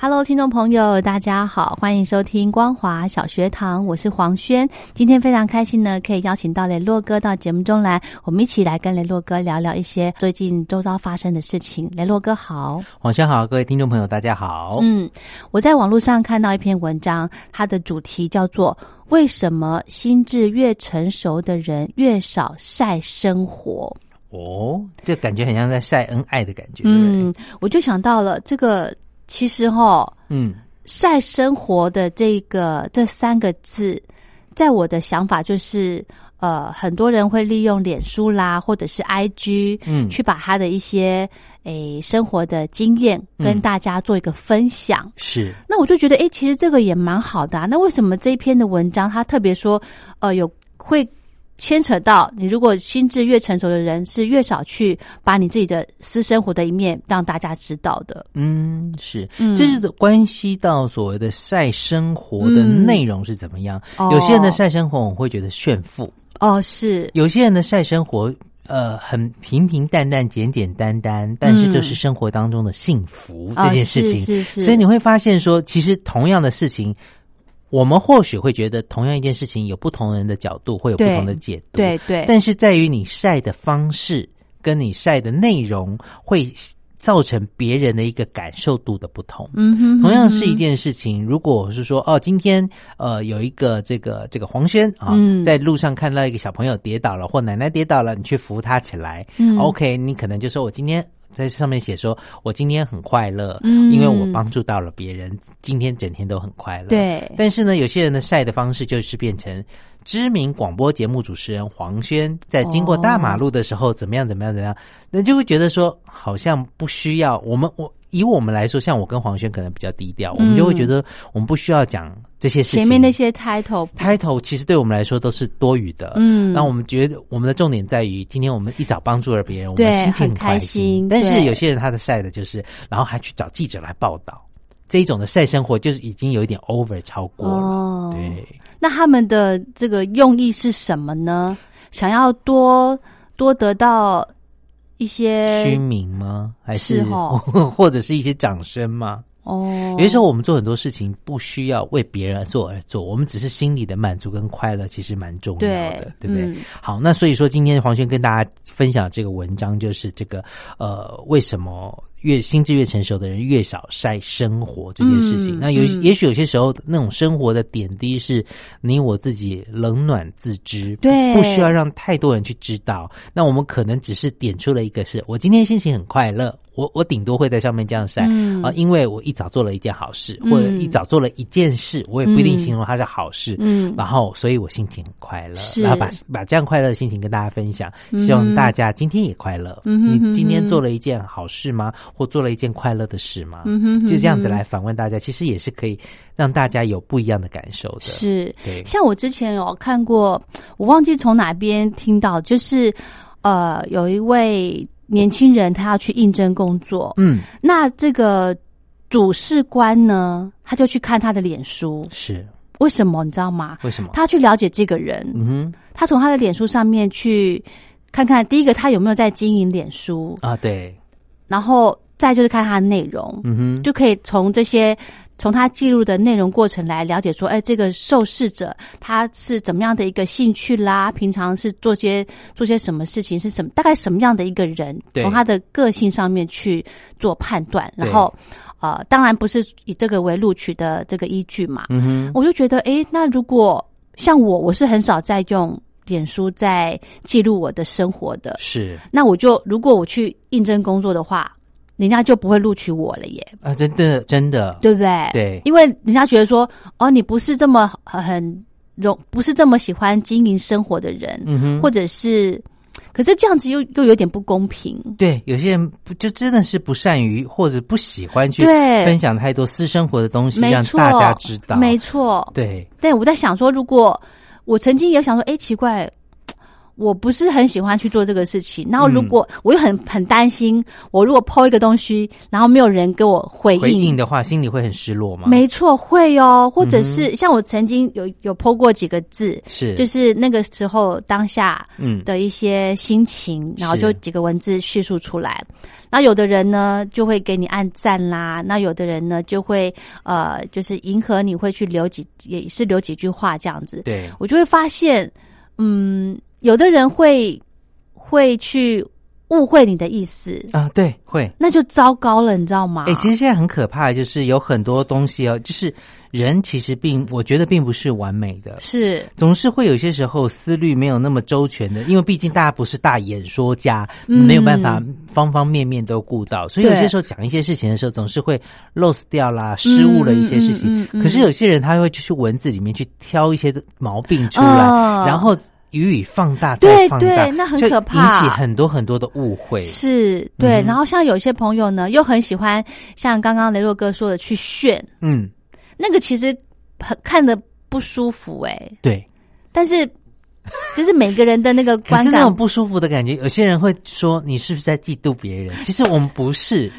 Hello，听众朋友，大家好，欢迎收听光华小学堂，我是黄轩。今天非常开心呢，可以邀请到雷洛哥到节目中来，我们一起来跟雷洛哥聊聊一些最近周遭发生的事情。雷洛哥好，晚上哦好，各位听众朋友，大家好。嗯，我在网络上看到一篇文章，它的主题叫做“为什么心智越成熟的人越少晒生活哦，这感觉很像在晒恩爱的感”。觉，对不对？嗯，我就想到了这个，其实哈，嗯，晒生活的这个这三个字，在我的想法就是，呃，很多人会利用脸书啦，或者是 IG，嗯去把他的一些诶生活的经验跟嗯大家做一个分享。是，那我就觉得，诶，其实这个也蛮好的、啊。那为什么这一篇的文章他特别说，呃，有会牵扯到你如果心智越成熟的人，是越少去把你自己的私生活的一面让大家知道的。嗯，是，嗯这就是关系到所谓的晒生活的嗯内容是怎么样。哦有些人的晒生活，我会觉得炫富；哦，是，有些人的晒生活，呃，很平平淡淡、简简单单，但是就是生活当中的幸福、嗯啊这件事情。是是是所以你会发现说，其实同样的事情。我们或许会觉得同样一件事情有不同人的角度，会有不对同的解读。对对，但是在于你晒的方式跟你晒的内容会造成别人的一个感受度的不同。嗯哼，同样是一件事情，如果是说哦，今天呃有一个这个这个黄轩啊，嗯在路上看到一个小朋友跌倒了或奶奶跌倒了，你去扶他起来、嗯 o k 你可能就说我今天。在上面写说，我今天很快乐，嗯因为我帮助到了别人，今天整天都很快乐。对但是呢，有些人的晒的方式就是变成知名广播节目主持人黄轩在经过大马路的时候怎么样怎么样怎么样，那就会觉得说好像不需要我们我以我们来说，像我跟黄轩可能比较低调，我们就会觉得我们不需要讲这些事嗯情。前面那些 title， title 其实对我们来说都是多余的，嗯那我们觉得我们的重点在于，今天我们一早帮助了别人，我对们心情很开开心但对是有些人他的晒的就是，然后还去找记者来报道，这一种的晒生活就是已经有一点 over 超过了，哦对。那他们的这个用意是什么呢？想要多多得到一虚些名吗？还是哦 或者是一些掌声吗？哦有，些时候我们做很多事情不需要为别人而做而做，我们只是心里的满足跟快乐，其实蛮重要的，对对不对？嗯好，那所以说今天黄轩跟大家分享这个文章，就是这个呃，为什么越心智越成熟的人越少晒生活这件事情？嗯那有、嗯也许有些时候那种生活的点滴是你我自己冷暖自知，对不需要让太多人去知道。那我们可能只是点出了一个是，我今天心情很快乐，我我顶多会在上面这样晒啊、嗯因为我一早做了一件好事，或者嗯一早做了一件事，我也不一定嗯形容它是好事，嗯然后，所以我心情很快乐，是然后把把这样快乐的心情跟大家分享，希嗯哼望大家今天也快乐。嗯哼哼你今天哼做了一件好事吗？或做了一件快乐的事吗？嗯哼哼就这样子哼来反问大家，其实也是可以让大家有不一样的感受的。是对像我之前有看过，我忘记从哪边听到，就是呃，有一位年轻人他要去应征工作，嗯，那这个主事官呢，他就去看他的脸书，是为什么你知道吗？为什么？他去了解这个人，嗯他从他的脸书上面去看看，第一个他有没有在经营脸书，哼啊，对，然后再就是看他的内容，嗯哼，就可以从这些从他记录的内容过程来了解说，哎，这个受试者他是怎么样的一个兴趣啦，平常是做些做些什么事情，是什么大概什么样的一个人，对从他的个性上面去做判断，对然后呃，当然不是以这个为录取的这个依据嘛，嗯哼，我就觉得，哎，那如果像我，我是很少在用脸书在记录我的生活的，是那我就如果我去应征工作的话，人家就不会录取我了耶，啊，真的真的，对不对？对因为人家觉得说，哦，你不是这么呃很容，不是这么喜欢经营生活的人，嗯哼，或者是，可是这样子又又有点不公平。对，有些人不就真的是不善于或者不喜欢去对分享太多私生活的东西，没让错大家知道。没错，对，但我在想说，如果我曾经也想说，哎，奇怪，我不是很喜欢去做这个事嗯情。然后如果、我又很很担心，我如果抛一个东西，然后没有人给我回应，回应的话，心里会很失落吗？没错，会哦。或者是、像我曾经有有抛过几个字，是，就是那个时候当下嗯，的一些心情，然后是就几个文字叙述出来。那有的人呢就会给你按赞啦，那有的人呢就会呃，就是迎合你，会去留几也是留几句话这样子。对，我就会发现，嗯，有的人会会去误会你的意思，啊，对，会。那就糟糕了，你知道吗？哎、其实现在很可怕，就是有很多东西哦，就是人其实并我觉得并不是完美的，是总是会有些时候思虑没有那么周全的，因为毕竟大家不是大演说家，嗯没有办法方方面面都顾到，所以有对些时候讲一些事情的时候，总是会 lose 掉啦，失误了一些事情。嗯嗯嗯嗯可是有些人他会去文字里面去挑一些毛病出来，哦然后予以放大，对再放大，对那很就可怕引起很多很多的误会。是，对。嗯然后像有些朋友呢，又很喜欢像刚刚雷洛哥说的去炫，嗯，那个其实很看的不舒服哎、对。但 是就是每个人的那个可观是那感种不舒服的感觉，有些人会说你是不是在嫉妒别人？其实我们 不是，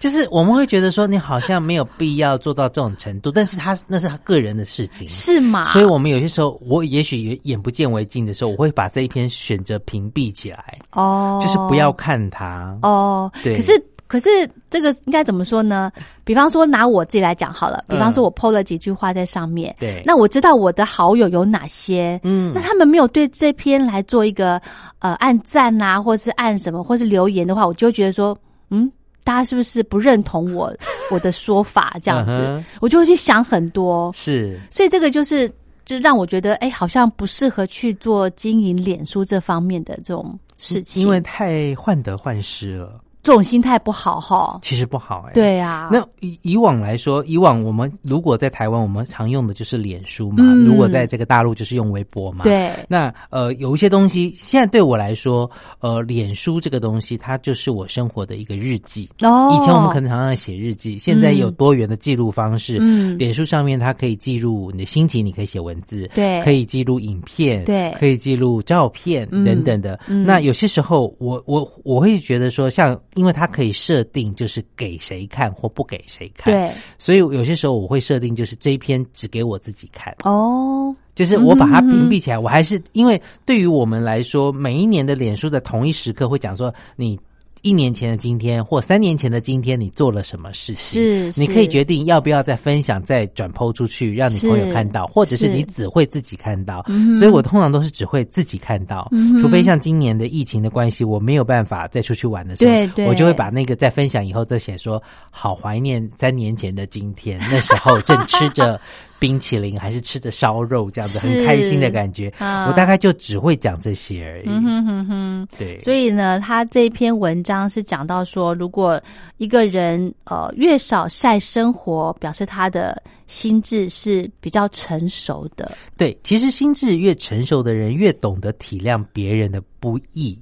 就是我们会觉得说你好像没有必要做到这种程度，但是他那是他个人的事情，是啊嘛？所以我们有些时候我也许也眼不见为净的时候，我会把这一篇选择屏蔽起来，哦，就是不要看它。哦，对可是可是这个应该怎么说呢？比方说拿我自己来讲好了，比方说我 PO 了几句话在上面，嗯对，那我知道我的好友有哪些。嗯那，他们没有对这篇来做一个呃按赞啊，或是按什么，或是留言的话，我就会觉得说，嗯，大家是不是不认同 我我的说法这样子？嗯哼我就会去想很多，是所以这个就是就让我觉得，哎、好像不适合去做经营脸书这方面的这种事情，因为太患得患失了，这种心态不好哈。其实不好哎、。对啊，那以以往来说，以往我们如果在台湾，我们常用的就是脸书嘛；嗯如果在这个大陆，就是用微博嘛。。对，那呃，有一些东西，现在对我来说，呃，脸书这个东西，它就是我生活的一个日记。哦，以前我们可能常常写日记，现在有多元的记录方式。嗯脸书上面它可以记录你的心情，你可以写文字，对可以记录影片，对可以记录照片、嗯等等的。嗯那有些时候我，我我会觉得说像，因为它可以设定就是给谁看或不给谁看，，对所以有些时候我会设定就是这一篇只给我自己看，哦，就是我把它嗯哼屏蔽起来，我还是因为对于我们来说，每一年的脸书的同一时刻会讲说你。一年前的今天，或三年前的今天，你做了什么事情？是你可以是决定要不要再分享、再转抛出去，让你朋友看到，或者是是你只会自己看到。嗯哼所以我通常都是只会自己看到，嗯哼除非像今年的疫情的关系，我没有办法再出去玩的时候，对对我就会把那个再分享以后再写说，好怀念三年前的今天，那时候正吃着冰淇淋还是吃着烧肉，这样子很是开心的感觉。啊我大概就只会讲这些而已。嗯哼哼哼。对，所以呢，他这篇文章是讲到说，如果一个人呃越少晒生活，表示他的心智是比较成熟的。对，其实心智越成熟的人，越懂得体谅别人的不易。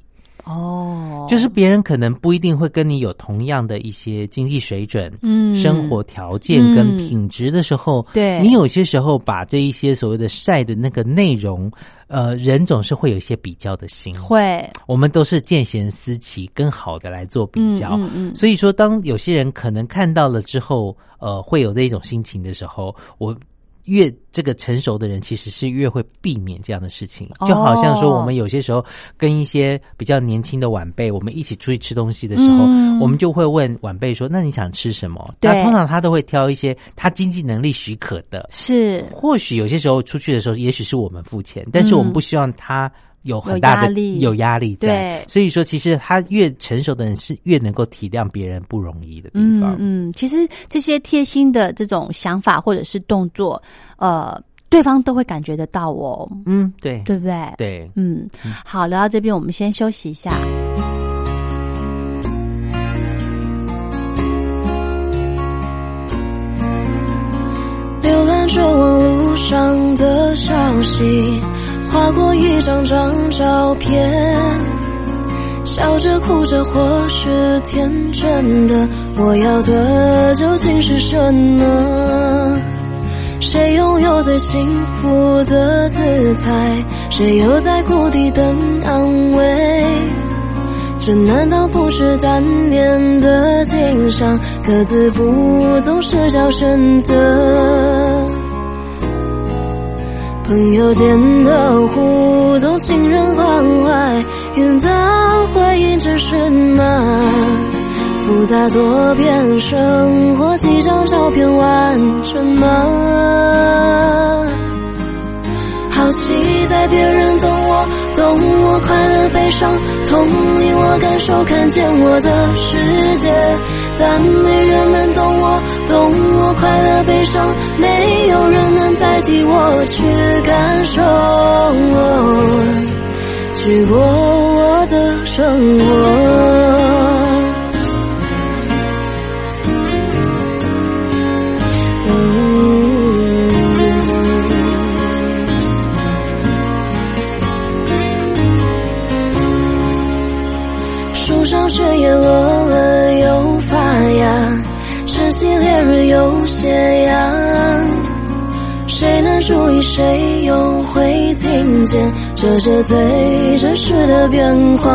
哦就是别人可能不一定会跟你有同样的一些经济水准、嗯生活条件跟品质的时候，对你有些时候把这一些所谓的晒的那个内容，呃，人总是会有一些比较的心。会我们都是见贤思齐，跟好的来做比较。嗯嗯嗯所以说，当有些人可能看到了之后，呃，会有那种心情的时候，我。越这个成熟的人，其实是越会避免这样的事情。哦就好像说，我们有些时候跟一些比较年轻的晚辈，我们一起出去吃东西的时候，嗯我们就会问晚辈说：“那你想吃什么？”对那通常他都会挑一些他经济能力许可的，是或许有些时候出去的时候，也许是我们付钱，但是我们不希望他有很大的嗯有压力有压力在。对所以说其实他越成熟的人是越能够体谅别人不容易的地嗯方。嗯，其实这些贴心的这种想法或者是动作，呃，对方都会感觉得到哦，嗯，对对不对？对，嗯，好，聊到这边，我们先休息一下。浏览着网路上的消息，划过一张张照片，笑着哭着或是天真的，我要的究竟是什么？谁拥有最幸福的姿态？谁又在谷底等安慰？这难道不是单面的景象？可字不总是叫选择。朋友间的互动，情人关怀，云淡回应只是满。复杂多变生活，几张照片完整吗？好期待别人懂我，懂我快乐悲伤，同理我感受，看见我的世界，但没人能懂我，懂我快乐悲伤，没有人能代替我去感受，去过我的生活。嗯树上雪也落了又发芽，晨曦烈日有斜阳。谁能注意，谁又会听见？这是最真实的变幻。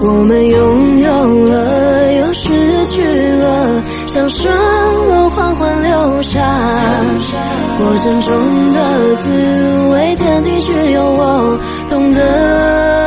我们拥有了，又失去了，像水流缓缓流下。过程中的滋味，点滴只有我懂得。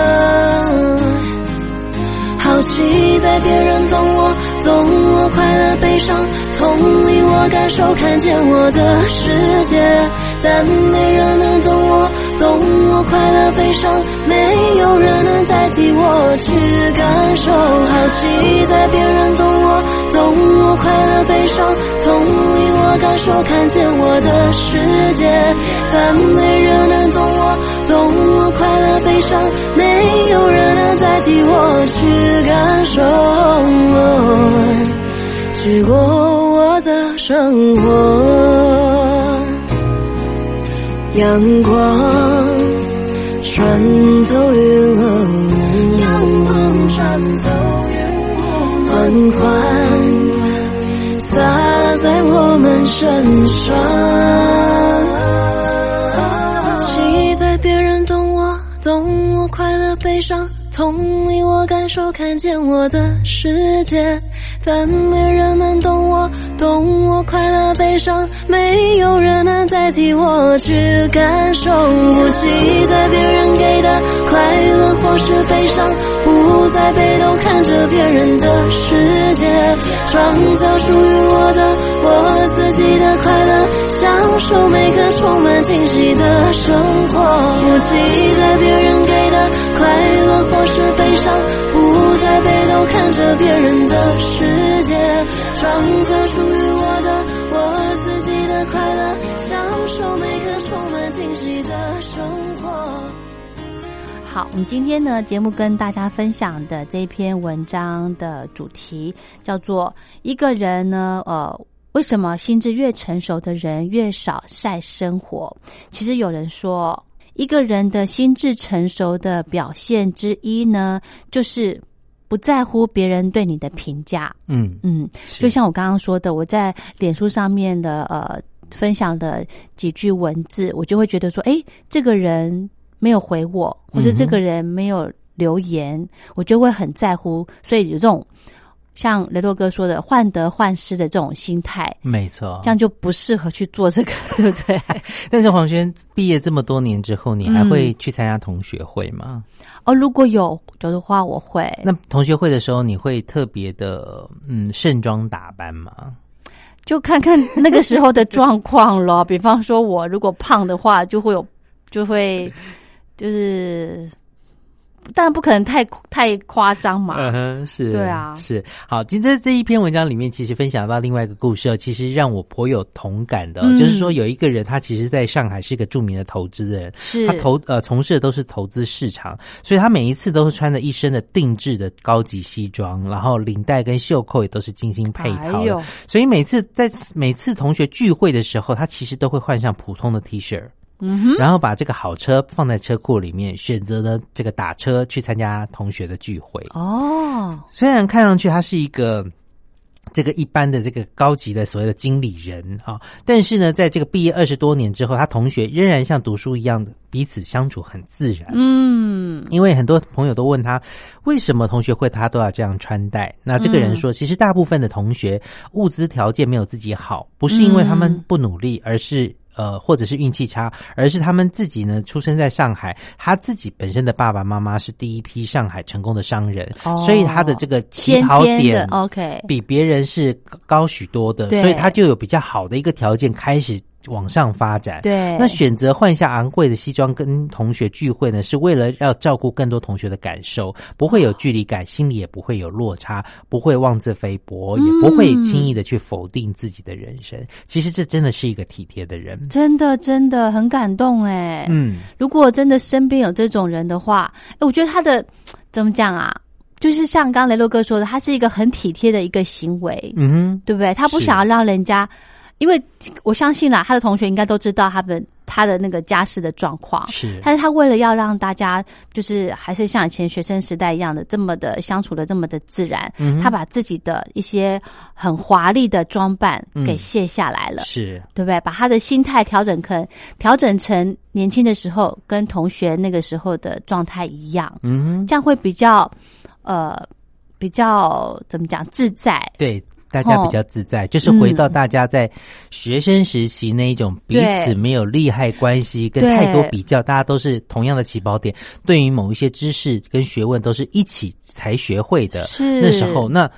好期待别人懂我，懂我快乐悲伤，同理我感受，看见我的世界，但没人能懂我，懂我快乐悲伤，没有人能代替我去感受。好期待别人懂我，懂我快乐悲伤，同理我感受，看见我的世界，但没人能懂我，懂我快乐悲伤，没有人能代替我去感受，去过我的生活。阳光穿透云雾，阳光穿透云雾，缓缓洒在我们身上。期待别人懂我，懂我快乐悲伤，同理我感受，看见我的世界。但没人能懂我，懂我快乐悲伤，没有人能代替我去感受。不期待别人给的快乐或是悲伤，不再被动看着别人的世界，创造属于我的我自己的快乐，享受每个充满惊喜的生活。不期待别人给的快乐或是悲伤，不再被动看着别人的世界，创造属于我的我自己的快乐，享受每个充满惊喜的生活。好，我们今天呢节目跟大家分享的这篇文章的主题叫做“一个人呢，呃，为什么心智越成熟的人越少晒生活？”其实有人说，一个人的心智成熟的表现之一呢，就是不在乎别人对你的评价。嗯，嗯，是就像我刚刚说的，我在脸书上面的呃分享的几句文字，我就会觉得说，诶，这个人没有回我，或者嗯哼这个人没有留言，我就会很在乎。所以有这种像雷洛哥说的患得患失的这种心态，没错这。样就不适合去做这个，对不对？ 但是黄轩毕业这么多年之后，你还会去参加同学会吗？哦，如果有有的话，我会那同学会的时候，你会特别的嗯盛装打扮吗？就看看那个时候的状况咯。比方说， 我如果胖的话，就会有，就会就是当然不可能太太夸张嘛。嗯哼，是，对啊是。好，今天这一篇文章里面，其实分享到另外一个故事哦，其实让我颇有同感的哦、嗯就是说有一个人，他其实在上海是一个著名的投资人，是他投呃从事的都是投资市场，所以他每一次都是穿着一身的定制的高级西装，然后领带跟袖扣也都是精心配哎套的，呦所以每次在每次同学聚会的时候，他其实都会换上普通的 T 恤。嗯哼，然后把这个好车放在车库里面，选择呢这个打车去参加同学的聚会。哦，虽然看上去他是一个这个一般的这个高级的所谓的经理人啊，但是呢，在这个毕业二十多年之后，他同学仍然像读书一样的彼此相处很自然。嗯，因为很多朋友都问他，为什么同学会他都要这样穿戴？那这个人嗯说，其实大部分的同学物资条件没有自己好，不是因为他们不努力，而嗯是。呃，或者是运气差，而是他们自己呢，出生在上海，他自己本身的爸爸妈妈是第一批上海成功的商人，哦所以他的这个起先跑天的点 OK，比别人是高许多的，对所以他就有比较好的一个条件开始往上发展。对，那选择换下昂贵的西装跟同学聚会呢，是为了要照顾更多同学的感受，不会有距离感，心里也不会有落差，不会妄自菲薄，嗯也不会轻易的去否定自己的人生。其实这真的是一个体贴的人。真的真的很感动哎，嗯，如果真的身边有这种人的话，哎，我觉得他的怎么讲啊，就是像刚刚雷洛哥说的，他是一个很体贴的一个行为，嗯哼，对不对？他不是想要让人家，因为我相信啦，他的同学应该都知道他们他的那个家世的状况。是，但是哦他为了要让大家就是还是像以前学生时代一样的这么的相处的这么的自然，嗯哼他把自己的一些很华丽的装扮给嗯卸下来了，是，对不对？把他的心态调整成调整成年轻的时候跟同学那个时候的状态一样，嗯哼，这样会比较呃比较怎么讲自在，对。大家比较自在，就是回到大家在学生时期那一种彼此对没有利害关系，跟对太多比较，大家都是同样的起跑点，对于某一些知识跟学问都是一起才学会的。是那时候，那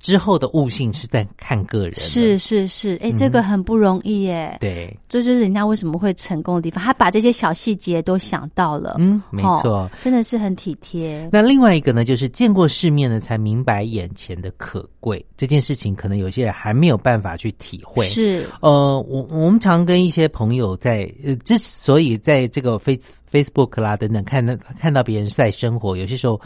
之后的悟性是在看个人了。是是是，哎、这嗯个很不容易耶。对，这就是人家为什么会成功的地方，他把这些小细节都想到了，嗯，没错。哦，真的是很体贴。那另外一个呢，就是见过世面呢，才明白眼前的可贵。这件事情，可能有些人还没有办法去体会。是，呃，我我们常跟一些朋友在，呃，之所以在这个 Face Facebook 啦等等看到看到别人晒生活，有些时候。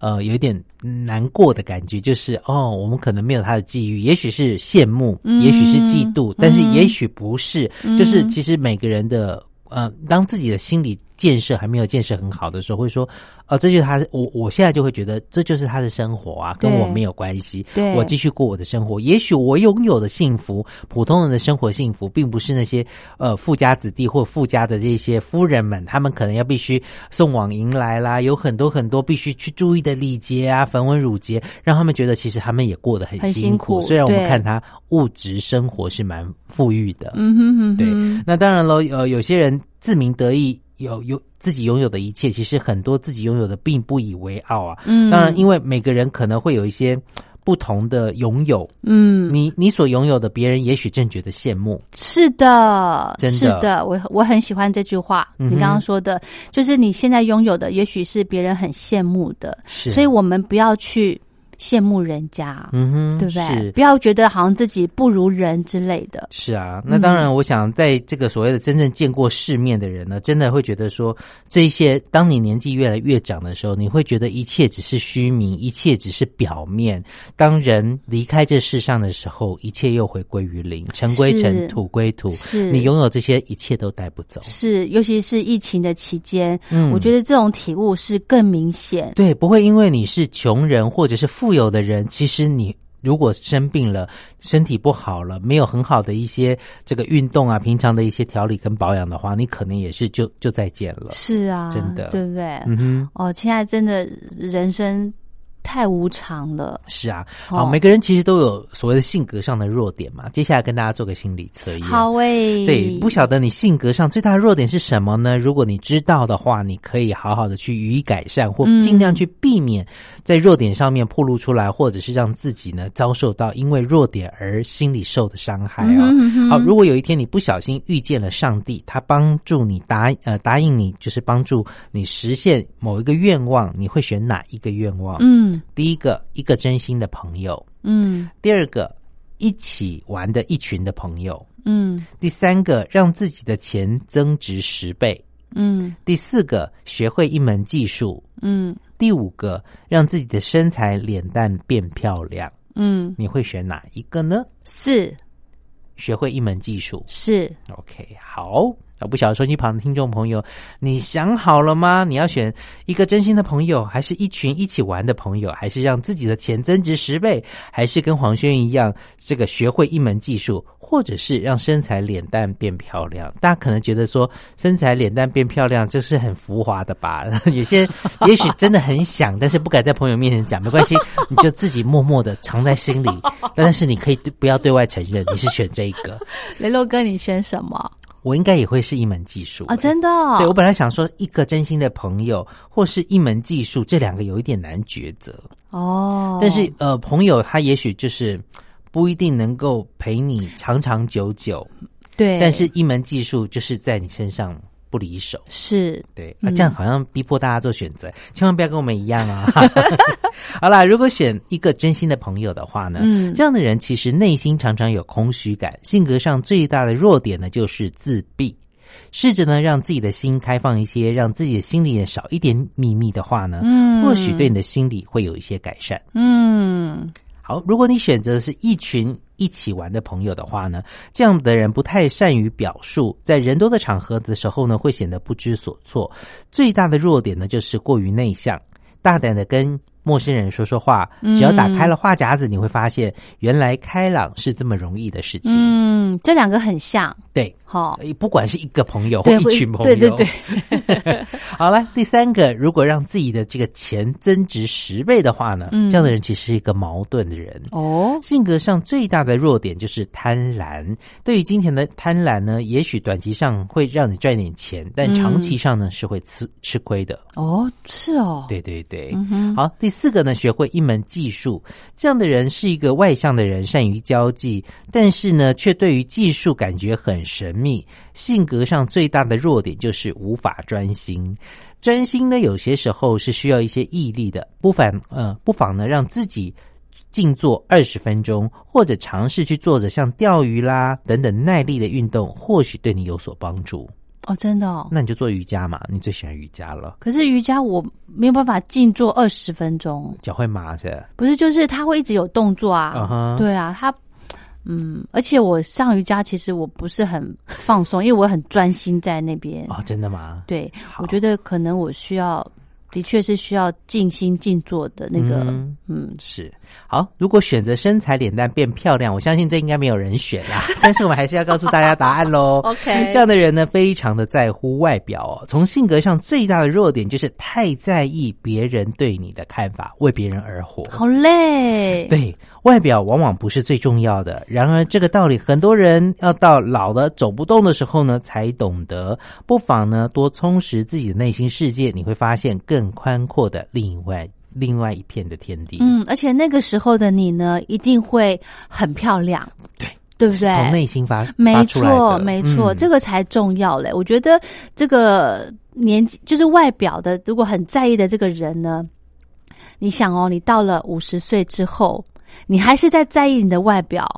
呃，有一点难过的感觉，就是哦，我们可能没有他的际遇，也许是羡慕，嗯也许是嫉妒，但是嗯也许不是。就是其实每个人的呃，当自己的心理建设还没有建设很好的时候，会说，哦，这就是他的，我我现在就会觉得这就是他的生活啊，跟对我没有关系。对我继续过我的生活。也许我拥有的幸福，普通人的生活幸福，并不是那些呃富家子弟或富家的这些夫人们，他们可能要必须送往迎来啦，有很多很多必须去注意的礼节啊、繁文缛节，让他们觉得其实他们也过得很很辛辛苦。苦虽然我们对看他物质生活是蛮富裕的，嗯哼哼对哼，那当然喽，呃，有些人自鸣得意，有有自己拥有的一切，其实很多自己拥有的并不以为傲啊。嗯，当然，因为每个人可能会有一些不同的拥有，嗯，你你所拥有的，别人也许正觉得羡慕。是的，真的是的，我我很喜欢这句话。嗯哼你刚刚说的，就是你现在拥有的，也许是别人很羡慕的，是所以我们不要去羡慕人家，嗯哼，对不对？是不要觉得好像自己不如人之类的。是啊，嗯那当然，我想在这个所谓的真正见过世面的人呢，真的会觉得说，这些当你年纪越来越长的时候，你会觉得一切只是虚名，一切只是表面。当人离开这世上的时候，一切又回归于零，尘归是尘，土归土。是你拥有这些，一切都带不走。是，尤其是疫情的期间，嗯我觉得这种体悟是更明显。对，不会因为你是穷人或者是富有的人，其实你如果生病了、身体不好了，没有很好的一些这个运动啊、平常的一些调理跟保养的话，你可能也是就就再见了。是啊，真的对不对？嗯哼，哦，现在真的人生太无常了。是啊，哦好，每个人其实都有所谓的性格上的弱点嘛。接下来跟大家做个心理测验。好诶、对，不晓得你性格上最大的弱点是什么呢？如果你知道的话，你可以好好的去予以改善，或嗯尽量去避免在弱点上面暴露出来，或者是让自己呢遭受到因为弱点而心里受的伤害哦。嗯哼嗯哼好，如果有一天你不小心遇见了上帝，他帮助你答呃答应你，就是帮助你实现某一个愿望，你会选哪一个愿望？嗯第一个，一个真心的朋友；嗯第二个，一起玩的一群的朋友。嗯第三个，让自己的钱增值十倍；嗯第四个，学会一门技术；嗯第五个，让自己的身材、脸蛋变漂亮。嗯，你会选哪一个呢？是学会一门技术。是， OK，好。啊，不晓得收机旁的听众朋友，你想好了吗？你要选一个真心的朋友，还是一群一起玩的朋友，还是让自己的钱增值十倍，还是跟黄轩一样，这个学会一门技术，或者是让身材、脸蛋变漂亮？大家可能觉得说，身材、脸蛋变漂亮，这是很浮华的吧？ 有些人也许真的很想，但是不敢在朋友面前讲，没关系，你就自己默默的藏在心里，但是你可以对不要对外承认你是选这一个。雷洛哥，你选什么我应该也会是一门技术啊？欸真的、哦？对我本来想说，一个真心的朋友或是一门技术，这两个有一点难抉择。哦，但是呃，朋友他也许就是不一定能够陪你长长久久，对，但是一门技术就是在你身上不离手。是对，啊，这样嗯好像逼迫大家做选择，千万不要跟我们一样啊！ 好啦，如果选一个真心的朋友的话呢，嗯这样的人其实内心常常有空虚感，性格上最大的弱点呢就是自闭。试着呢，让自己的心开放一些，让自己的心里也少一点秘密的话呢，嗯或许对你的心理会有一些改善。嗯好，如果你选择的是一群一起玩的朋友的话呢，这样的人不太善于表述，在人多的场合的时候呢，会显得不知所措。最大的弱点呢，就是过于内向，大胆的跟陌生人说说话。嗯只要打开了话匣子，你会发现原来开朗是这么容易的事情。嗯，这两个很像，对，好、呃不管是一个朋友或对，一会群朋友，对对对， 好了，第三个，如果让自己的这个钱增值十倍的话呢，嗯这样的人其实是一个矛盾的人。哦，性格上最大的弱点就是贪婪。对于金钱的贪婪呢，也许短期上会让你赚点钱，但长期上呢、是会吃吃亏的。哦，是哦，对对对。嗯哼，好，第四个呢，学会一门技术。这样的人是一个外向的人，善于交际，但是呢，却对于技术感觉很神秘。性格上最大的弱点就是无法专心。专心呢，有些时候是需要一些毅力的，不妨呃，不妨呢，让自己。静坐二十分钟，或者尝试去做着像钓鱼啦等等耐力的运动，或许对你有所帮助。哦，真的哦。那你就做瑜伽嘛，你最喜欢瑜伽了，可是瑜伽我没有办法静坐二十分钟，脚会麻着。不是，就是他会一直有动作啊嗯哼对啊，他，嗯，而且我上瑜伽其实我不是很放 松，因为我很专心在那边。哦，真的吗？对，我觉得可能我需要，的确是需要静心静坐的那个，嗯嗯，是好，如果选择身材脸蛋变漂亮，我相信这应该没有人选啦。 但是我们还是要告诉大家答案喽。 OK 这样的人呢，非常的在乎外表哦。从性格上最大的弱点就是太在意别人对你的看法，为别人而活。好累，，对外表往往不是最重要的，然而这个道理很多人要到老了走不动的时候呢才懂得。不妨呢多充实自己的内心世界，你会发现更宽阔的另外另外一片的天地。嗯，而且那个时候的你呢，一定会很漂亮，对，对不对？从内心发没发出来错，的，没错，嗯这个才重要嘞。我觉得这个年纪就是外表的，如果很在意的这个人呢，你想哦，你到了五十岁之后，你还是在在意你的外表，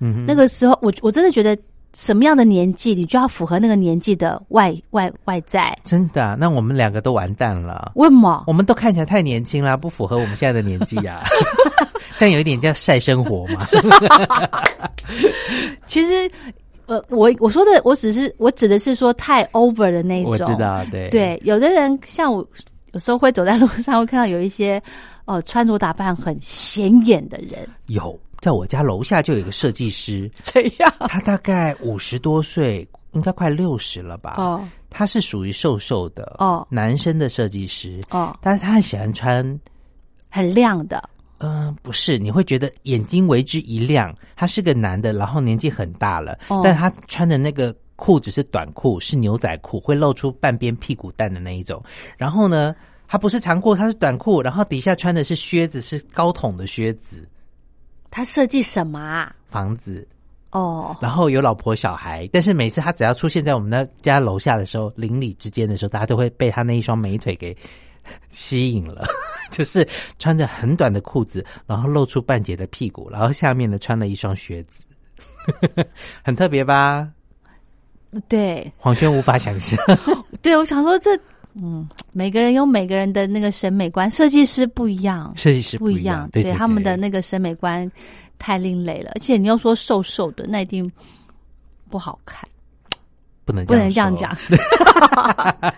嗯哼那个时候我我真的觉得。什么样的年纪，你就要符合那个年纪的外外外在。真的啊、那我们两个都完蛋了，为什么？我们都看起来太年轻啦，不符合我们现在的年纪 啊。这样有一点叫晒生活嘛，其实，呃，我我说的，我只是我指的是说太 over 的那一种。我知道，对对，有的人像我，有时候会走在路上，会看到有一些呃穿着打扮很显眼的人，有在我家楼下就有一个设计师，怎样？ 他大概五十多岁，应该快六十了吧。哦他是属于瘦瘦的哦男生的设计师哦但是他很喜欢穿很亮的，嗯、不是，你会觉得眼睛为之一亮。他是个男的，然后年纪很大了，哦但他穿的那个裤子是短裤，是牛仔裤，会露出半边屁股蛋的那一种。然后呢，他不是长裤，他是短裤，然后底下穿的是靴子，是高筒的靴子，他设计什么啊？房子。哦，然后有老婆小孩，但是每次他只要出现在我们那家楼下的时候，邻里之间的时候，大家都会被他那一双美腿给 吸引了， 就是穿着很短的裤子，然后露出半截的屁股，然后下面呢穿了一双靴子， 很特别吧？对黄轩无法 想象，对，我想说这，嗯，每个人有每个人的那个审美观，设计师不一样，设计师不一样，对对他们的对那个审美观太另类了，而且你又说瘦瘦的，那一定不好看。不能不能这样说嗯讲。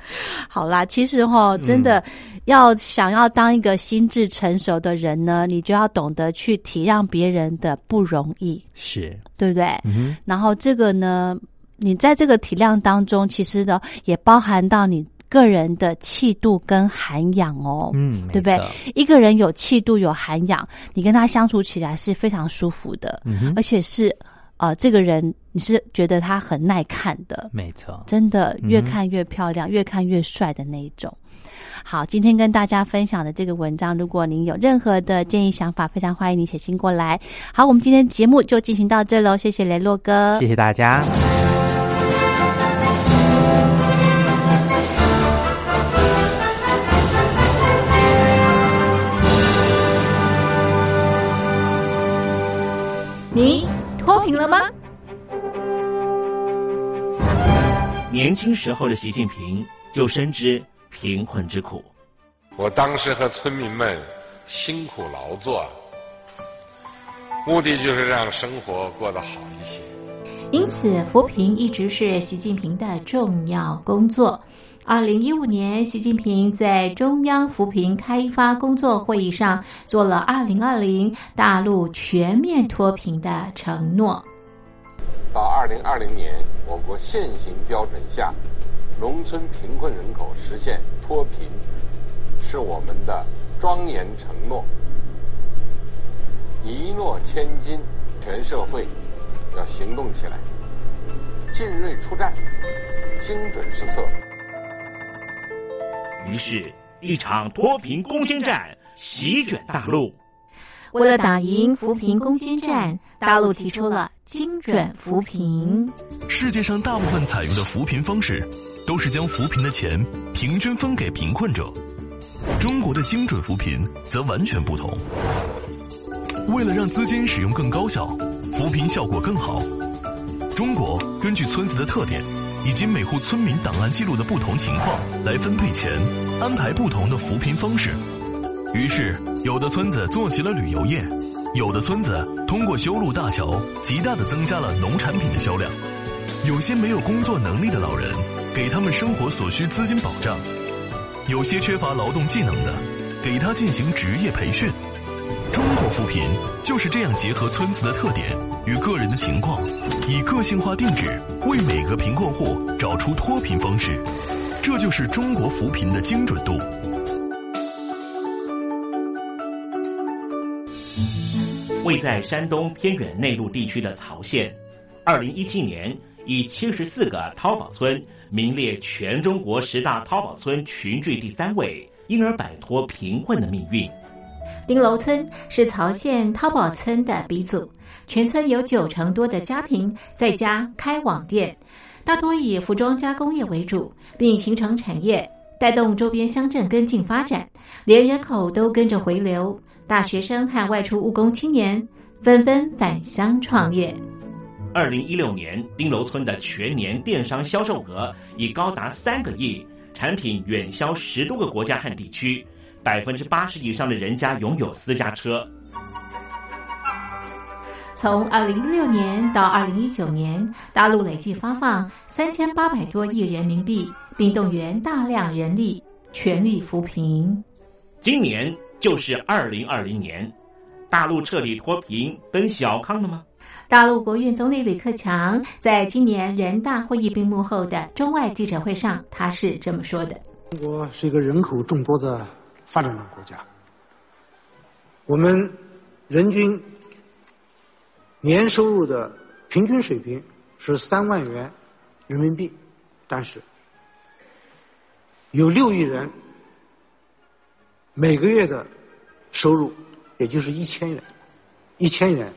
好啦，其实哈，真的、要想要当一个心智成熟的人呢，你就要懂得去体谅别人的不容易，是，对不对？嗯然后这个呢，你在这个体谅当中，其实呢也包含到你个人的气度跟涵养哦。哼嗯，对不对没错？一个人有气度、有涵养，你跟他相处起来是非常舒服的，嗯哼，而且是呃，这个人你是觉得他很耐看的，没错，真的嗯越看越漂亮，越看越帅的那一种。好，今天跟大家分享的这个文章，如果您有任何的建议想法，非常欢迎你写信过来。好，我们今天节目就进行到这喽，谢谢雷洛哥，谢谢大家。你脱贫了吗？年轻时候的习近平就深知贫困之苦，我当时和村民们辛苦劳作，目的就是让生活过得好一些。因此，扶贫一直是习近平的重要工作。二零一五年，习近平在中央扶贫开发工作会议上做了二零二零大陆全面脱贫的承诺。到二零二零年，我国现行标准下，农村贫困人口实现脱贫，是我们的庄严承诺。一诺千金，全社会要行动起来，进锐出战，精准施策。于是，一场脱贫攻坚战席卷大陆。为了打赢扶贫攻坚战，大陆提出了精准扶贫。世界上大部分采用的扶贫方式，都是将扶贫的钱平均分给贫困者。中国的精准扶贫则完全不同。为了让资金使用更高效，扶贫效果更好，中国根据村子的特点，以及每户村民档案记录的不同情况来分配钱，安排不同的扶贫方式。于是，有的村子做起了旅游业，有的村子通过修路大桥，极大的增加了农产品的销量。有些没有工作能力的老人，给他们生活所需资金保障；有些缺乏劳动技能的，给他进行职业培训。中国扶贫就是这样结合村子的特点与个人的情况，以个性化定制为每个贫困户找出脱贫方式，这就是中国扶贫的精准度。位在山东偏远内陆地区的曹县，二零一七年以七十四个淘宝村名列全中国十大淘宝村群聚第三位，因而摆脱贫困的命运。丁楼村是曹县淘宝村的鼻祖，全村有九成多的家庭在家开网店，大多以服装加工业为主，并形成产业，带动周边乡镇跟进发展，连人口都跟着回流，大学生和外出务工青年纷纷返乡创业。二零一六年，丁楼村的全年电商销售额已高达三个亿，产品远销十多个国家和地区，百分之八十以上的人家拥有私家车。从二零一六年到二零一九年，大陆累计发放三千八百多亿人民币，并动员大量人力，全力扶贫。今年就是二零二零年，大陆彻底脱贫奔小康了吗？大陆国运总理李克强在今年人大会议闭幕后的中外记者会上，他是这么说的：中国是一个人口众多的发展中国家，我们人均年收入的平均水平是三万元人民币，但是有六亿人每个月的收入也就是一千元，一千元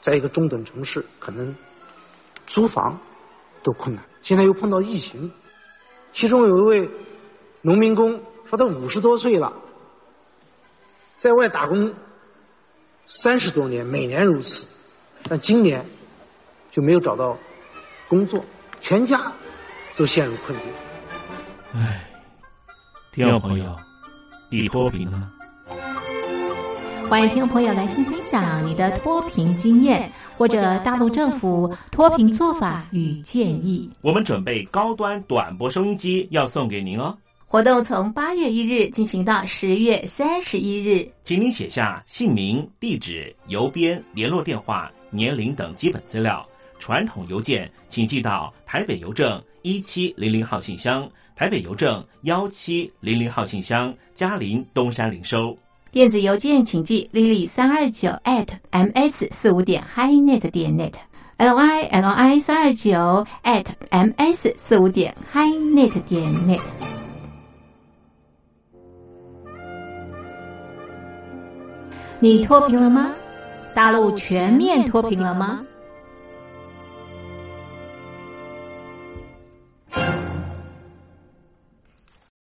在一个中等城市可能租房都困难，现在又碰到疫情，其中有一位农民工说他五十多岁了，在外打工三十多年，每年如此，但今年就没有找到工作，全家都陷入困境。唉，听众朋友，你脱贫了吗？欢迎听众朋友来信分享你的脱贫经验，或者大陆政府脱贫做法与建议。我们准备高端短波收音机要送给您哦，活动从八月一日进行到十月三十一日。请您写下姓名、地址、邮编、联络电话、年龄等基本资料。传统邮件请寄到台北邮政一七零零号信箱，台北邮政幺七零零号信箱，嘉陵东山零收。电子邮件请寄 lily 三二九 at ms 四五点 highnet 点 net l y l y 三二九 at ms 四五点 highnet 点 net。你脱贫了吗？大陆全面脱贫了吗？